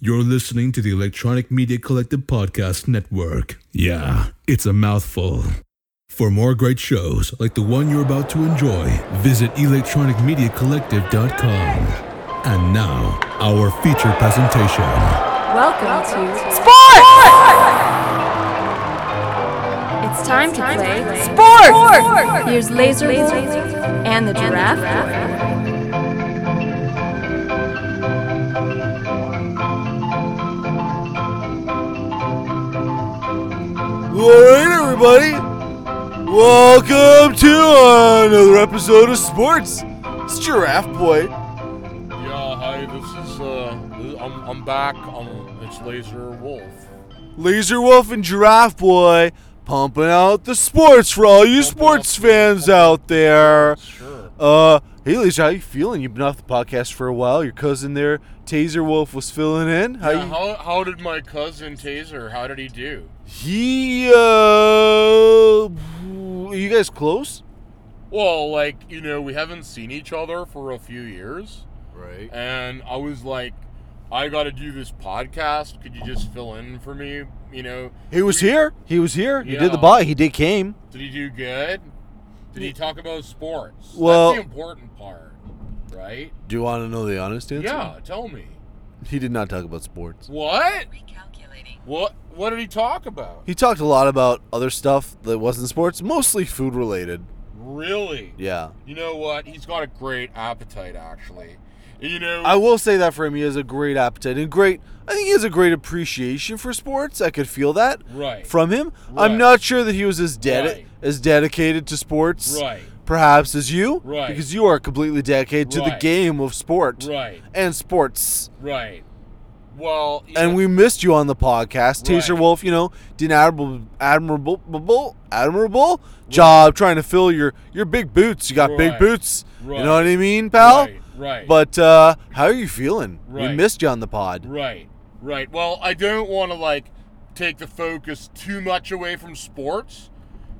You're listening to the Electronic Media Collective Podcast Network. Yeah, it's a mouthful. For more great shows like the one you're about to enjoy, visit electronicmediacollective.com. And now, our feature presentation. Welcome, to Sports! It's time to play Sports! Here's Laser, and the Giraffe. Alright, everybody. Welcome to another episode of Sports. It's Giraffe Boy. Yeah, hi, this is, uh, th- I'm, I'm back. Um, it's Laser Wolf. Laser Wolf and Giraffe Boy pumping out the sports for all you sports fans out there. Sure. Uh, hey, Laser, how you feeling? You've been off the podcast for a while. Your cousin there, Taser Wolf, was filling in. How Yeah, you- how, how did my cousin Taser, how did he do? He, uh, are you guys close? Well, like, you know, we haven't seen each other for a few years, Right. and I was like, I gotta do this podcast. Could you just fill in for me? You know, He was here. He was here. He did the Yeah. bot. He did came. did he do good? Did he talk about sports? Well- That's the important part, right? Do you want to know the honest answer? Yeah, tell me. He did not talk about sports. What? What? What did he talk about? He talked a lot about other stuff that wasn't sports, mostly food related. Really? Yeah. You know what? He's got a great appetite, actually. You know, I will say that for him, he has a great appetite and great, I think he has a great appreciation for sports. I could feel that right? from him. I'm Right. not sure that he was as, dedi- Right. as dedicated to sports, right, perhaps, as you, Right. because you are completely dedicated to the Right. game of sport right, and sports. right. Well, you And know- we missed you on the podcast. Right. Taser Wolf, you know, did an admirable, admirable, admirable, admirable job trying to fill your your big boots. You got big Right. boots. You Right. know what I mean, pal? right, right, But uh, how are you feeling? We Right. missed you on the pod. right, right. Well, I don't want to like take the focus too much away from sports,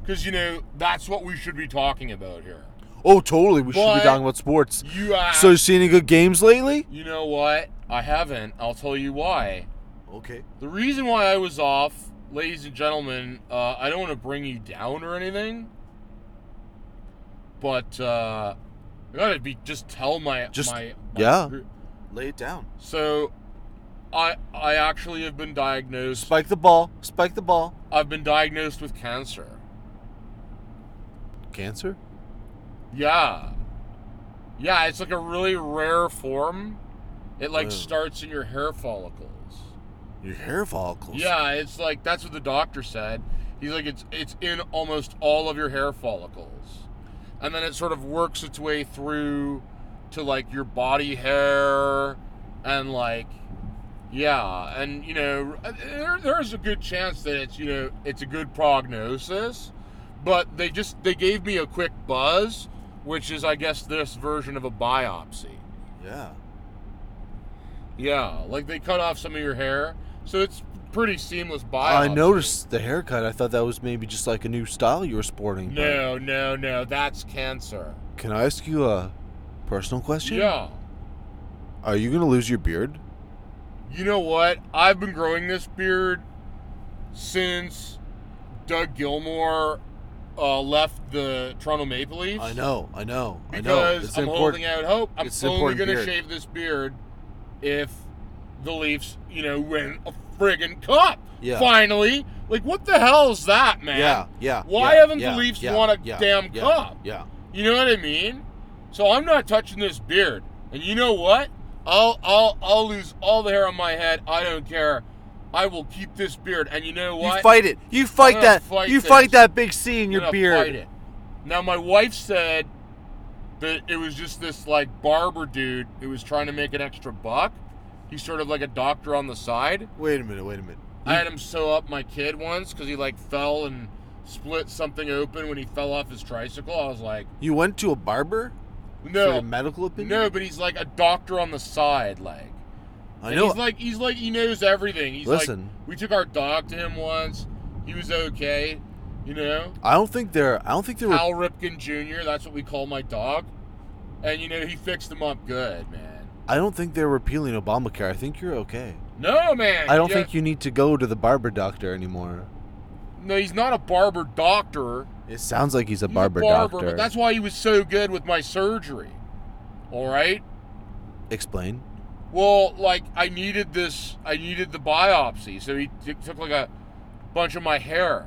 because you know that's what we should be talking about here. Oh, totally. We should be But- talking about sports. You asked. So, you seen any good games lately? you know what? I haven't. I'll tell you why. Okay. The reason why I was off, ladies and gentlemen, uh, I don't want to bring you down or anything, but uh, I gotta be just tell my Just- my, my yeah. group- Lay it down. So, I I actually have been diagnosed. Spike the ball. Spike the ball. I've been diagnosed with cancer. Cancer? Yeah, yeah. It's like a really rare form. It like Wow. starts in your hair follicles. Your hair follicles. Yeah, it's like that's what the doctor said. He's like it's it's in almost all of your hair follicles. And then it sort of works its way through to like your body hair and like yeah, and you know there, there's a good chance that it's you know it's a good prognosis, but they just they gave me a quick buzz, which is I guess this version of a biopsy. Yeah. Yeah, like they cut off some of your hair, so it's pretty seamless I biopsy. noticed the haircut. I thought that was maybe just like a new style you were sporting. but- No, no, no, that's cancer. Can I ask you a personal question? Yeah. Are you gonna lose your beard? You know what? I've been growing this beard since Doug Gilmore uh, left the Toronto Maple Leafs. I know, I know, I know. Because I'm holding out hope. I'm It's an only important going to beard. shave this beard if the Leafs, you know, win a friggin' cup. Yeah. Finally. Like, what the hell is that, man? Yeah, yeah. Why yeah, haven't the yeah, Leafs yeah, won a yeah, damn yeah, cup? Yeah. You know what I mean? So I'm not touching this beard. And you know what? I'll I'll I'll lose all the hair on my head. I don't care. I will keep this beard. And you know what? You fight it. You fight gonna that. fight you this. fight that big C in I'm your gonna beard. fight it. Now my wife said that it was just this like barber dude who was trying to make an extra buck. He's sort of like a doctor on the side. Wait a minute. Wait a minute. I had him sew up my kid once because he like fell and split something open when he fell off his tricycle. I was like, You went to a barber for no, a medical opinion. No, but he's like a doctor on the side, like. I And know. He's like he's like he knows everything. He's Listen. like we took our dog to him once. He was okay, you know. I don't think they're. I don't think they were. Hal Ripken Jr. That's what we call my dog, and you know he fixed him up good, man. I don't think they're repealing Obamacare. I think you're okay. No, man. I don't yeah. think you need to go to the barber doctor anymore. No, he's not a barber doctor. It sounds like he's a He's barber, but doctor. That's why he was so good with my surgery. All right. Explain. Well, like I needed this. I needed the biopsy, so he t- took like a bunch of my hair.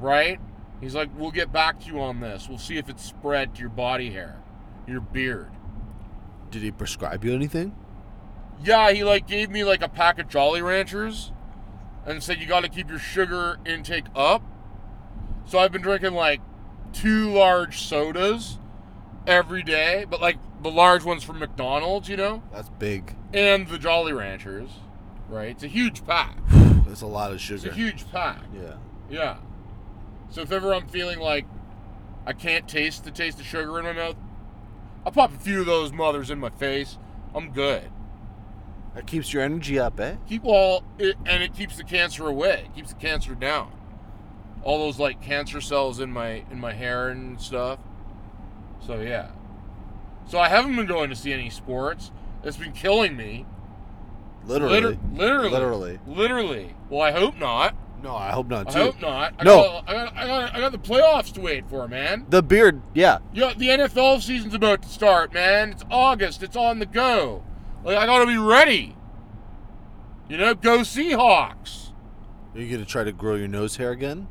Right. He's like, "We'll get back to you on this. We'll see if it's spread to your body hair, your beard." Did he prescribe you anything? Yeah, he like gave me like a pack of Jolly Ranchers and said you got to keep your sugar intake up. So I've been drinking like two large sodas every day, but like the large ones from McDonald's, you know, That's big. and the Jolly Ranchers, right? It's a huge pack. That's a lot of It's a sugar. huge pack. yeah. Yeah. So if ever I'm feeling like I can't taste the taste of sugar in my mouth, I'll pop a few of those mothers in my face. I'm good. That keeps your energy up, eh? keep all it, and it keeps the cancer away it keeps the cancer down all those like cancer cells in my in my hair and stuff so yeah so i haven't been going to see any sports it's been killing me Literally. Liter- literally Literally. literally well i hope not No, I hope not i too. hope not I No. got, I, got, I, got, I got the playoffs to wait for man The beard, yeah. yeah the nfl season's about to start man it's august it's on the go like i gotta be ready you know go seahawks Are you gonna try to grow your nose hair again?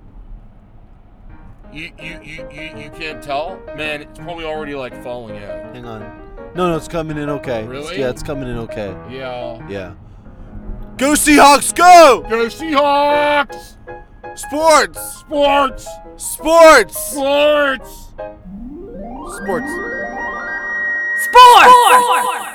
You, you, you, you, you can't tell? Man, it's probably already like falling out. Hang on. No, no, it's coming in okay. It's- Really? yeah, it's coming in okay. Yeah. Yeah. Go Seahawks, go! Go Seahawks! Sports, Sports! sports, Sports! sports. Sport! Sport!